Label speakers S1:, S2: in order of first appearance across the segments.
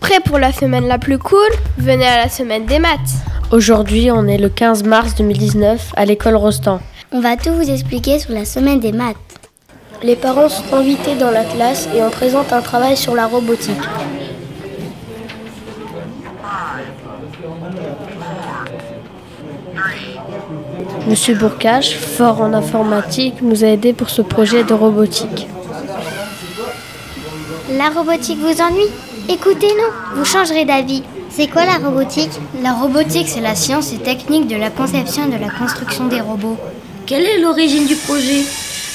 S1: Prêt pour la semaine la plus cool Venez à la semaine des maths.
S2: Aujourd'hui, on est le 15 mars 2019 à l'école Rostand.
S3: On va tout vous expliquer sur la semaine des maths.
S4: Les parents sont invités dans la classe et on présente un travail sur la robotique.
S2: Monsieur Bourcage, fort en informatique, nous a aidés pour ce projet de robotique.
S3: La robotique vous ennuie Écoutez-nous, vous changerez d'avis.
S5: C'est quoi la robotique
S6: La robotique, c'est la science et technique de la conception et de la construction des robots.
S7: Quelle est l'origine du projet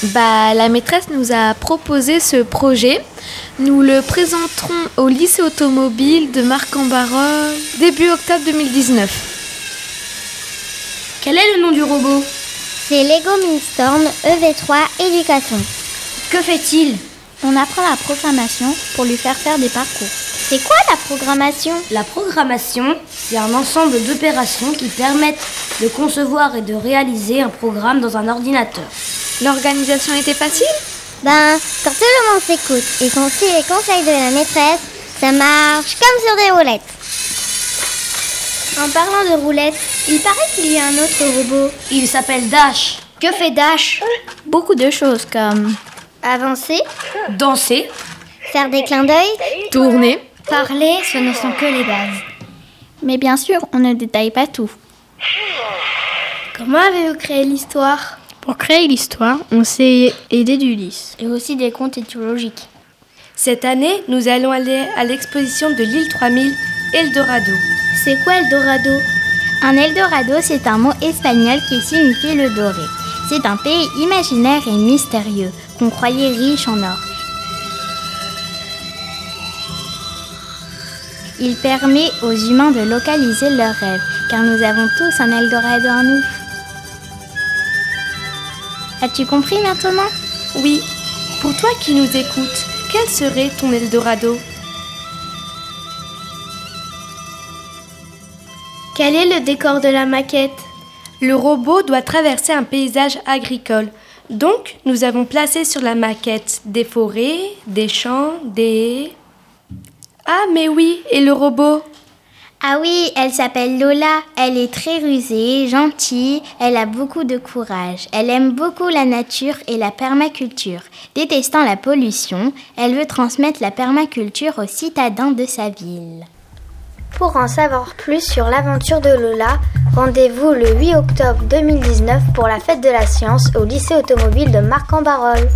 S8: bah, la maîtresse nous a proposé ce projet. Nous le présenterons au lycée automobile de Marc-en-Barœul début octobre 2019.
S7: Quel est le nom du robot
S5: C'est Lego Mindstorm EV3 Éducation.
S7: Que fait-il
S5: On apprend la programmation pour lui faire faire des parcours. C'est quoi la programmation
S7: La programmation, c'est un ensemble d'opérations qui permettent de concevoir et de réaliser un programme dans un ordinateur.
S8: L'organisation était facile
S5: Ben, quand tout le monde s'écoute et qu'on suit les conseils de la maîtresse, ça marche comme sur des roulettes.
S3: En parlant de roulettes, il paraît qu'il y a un autre robot.
S7: Il s'appelle Dash.
S6: Que fait Dash
S9: Beaucoup de choses comme
S3: avancer,
S7: danser,
S5: faire des clins d'œil,
S8: tourner,
S6: parler, ce ne sont que les bases.
S9: Mais bien sûr, on ne détaille pas tout.
S1: Comment avez-vous créé l'histoire
S9: pour créer l'histoire, on s'est aidé d'Ulysse.
S3: Et aussi des contes étymologiques.
S10: Cette année, nous allons aller à l'exposition de l'île 3000, Eldorado.
S3: C'est quoi Eldorado
S5: Un Eldorado, c'est un mot espagnol qui signifie le doré. C'est un pays imaginaire et mystérieux, qu'on croyait riche en or. Il permet aux humains de localiser leurs rêves, car nous avons tous un Eldorado en nous. As-tu compris maintenant
S10: Oui. Pour toi qui nous écoutes, quel serait ton Eldorado
S1: Quel est le décor de la maquette
S10: Le robot doit traverser un paysage agricole. Donc, nous avons placé sur la maquette des forêts, des champs, des... Ah, mais oui, et le robot
S5: ah oui, elle s'appelle Lola. Elle est très rusée, gentille, elle a beaucoup de courage. Elle aime beaucoup la nature et la permaculture. Détestant la pollution, elle veut transmettre la permaculture aux citadins de sa ville.
S4: Pour en savoir plus sur l'aventure de Lola, rendez-vous le 8 octobre 2019 pour la fête de la science au lycée automobile de Marc-en-Barœul.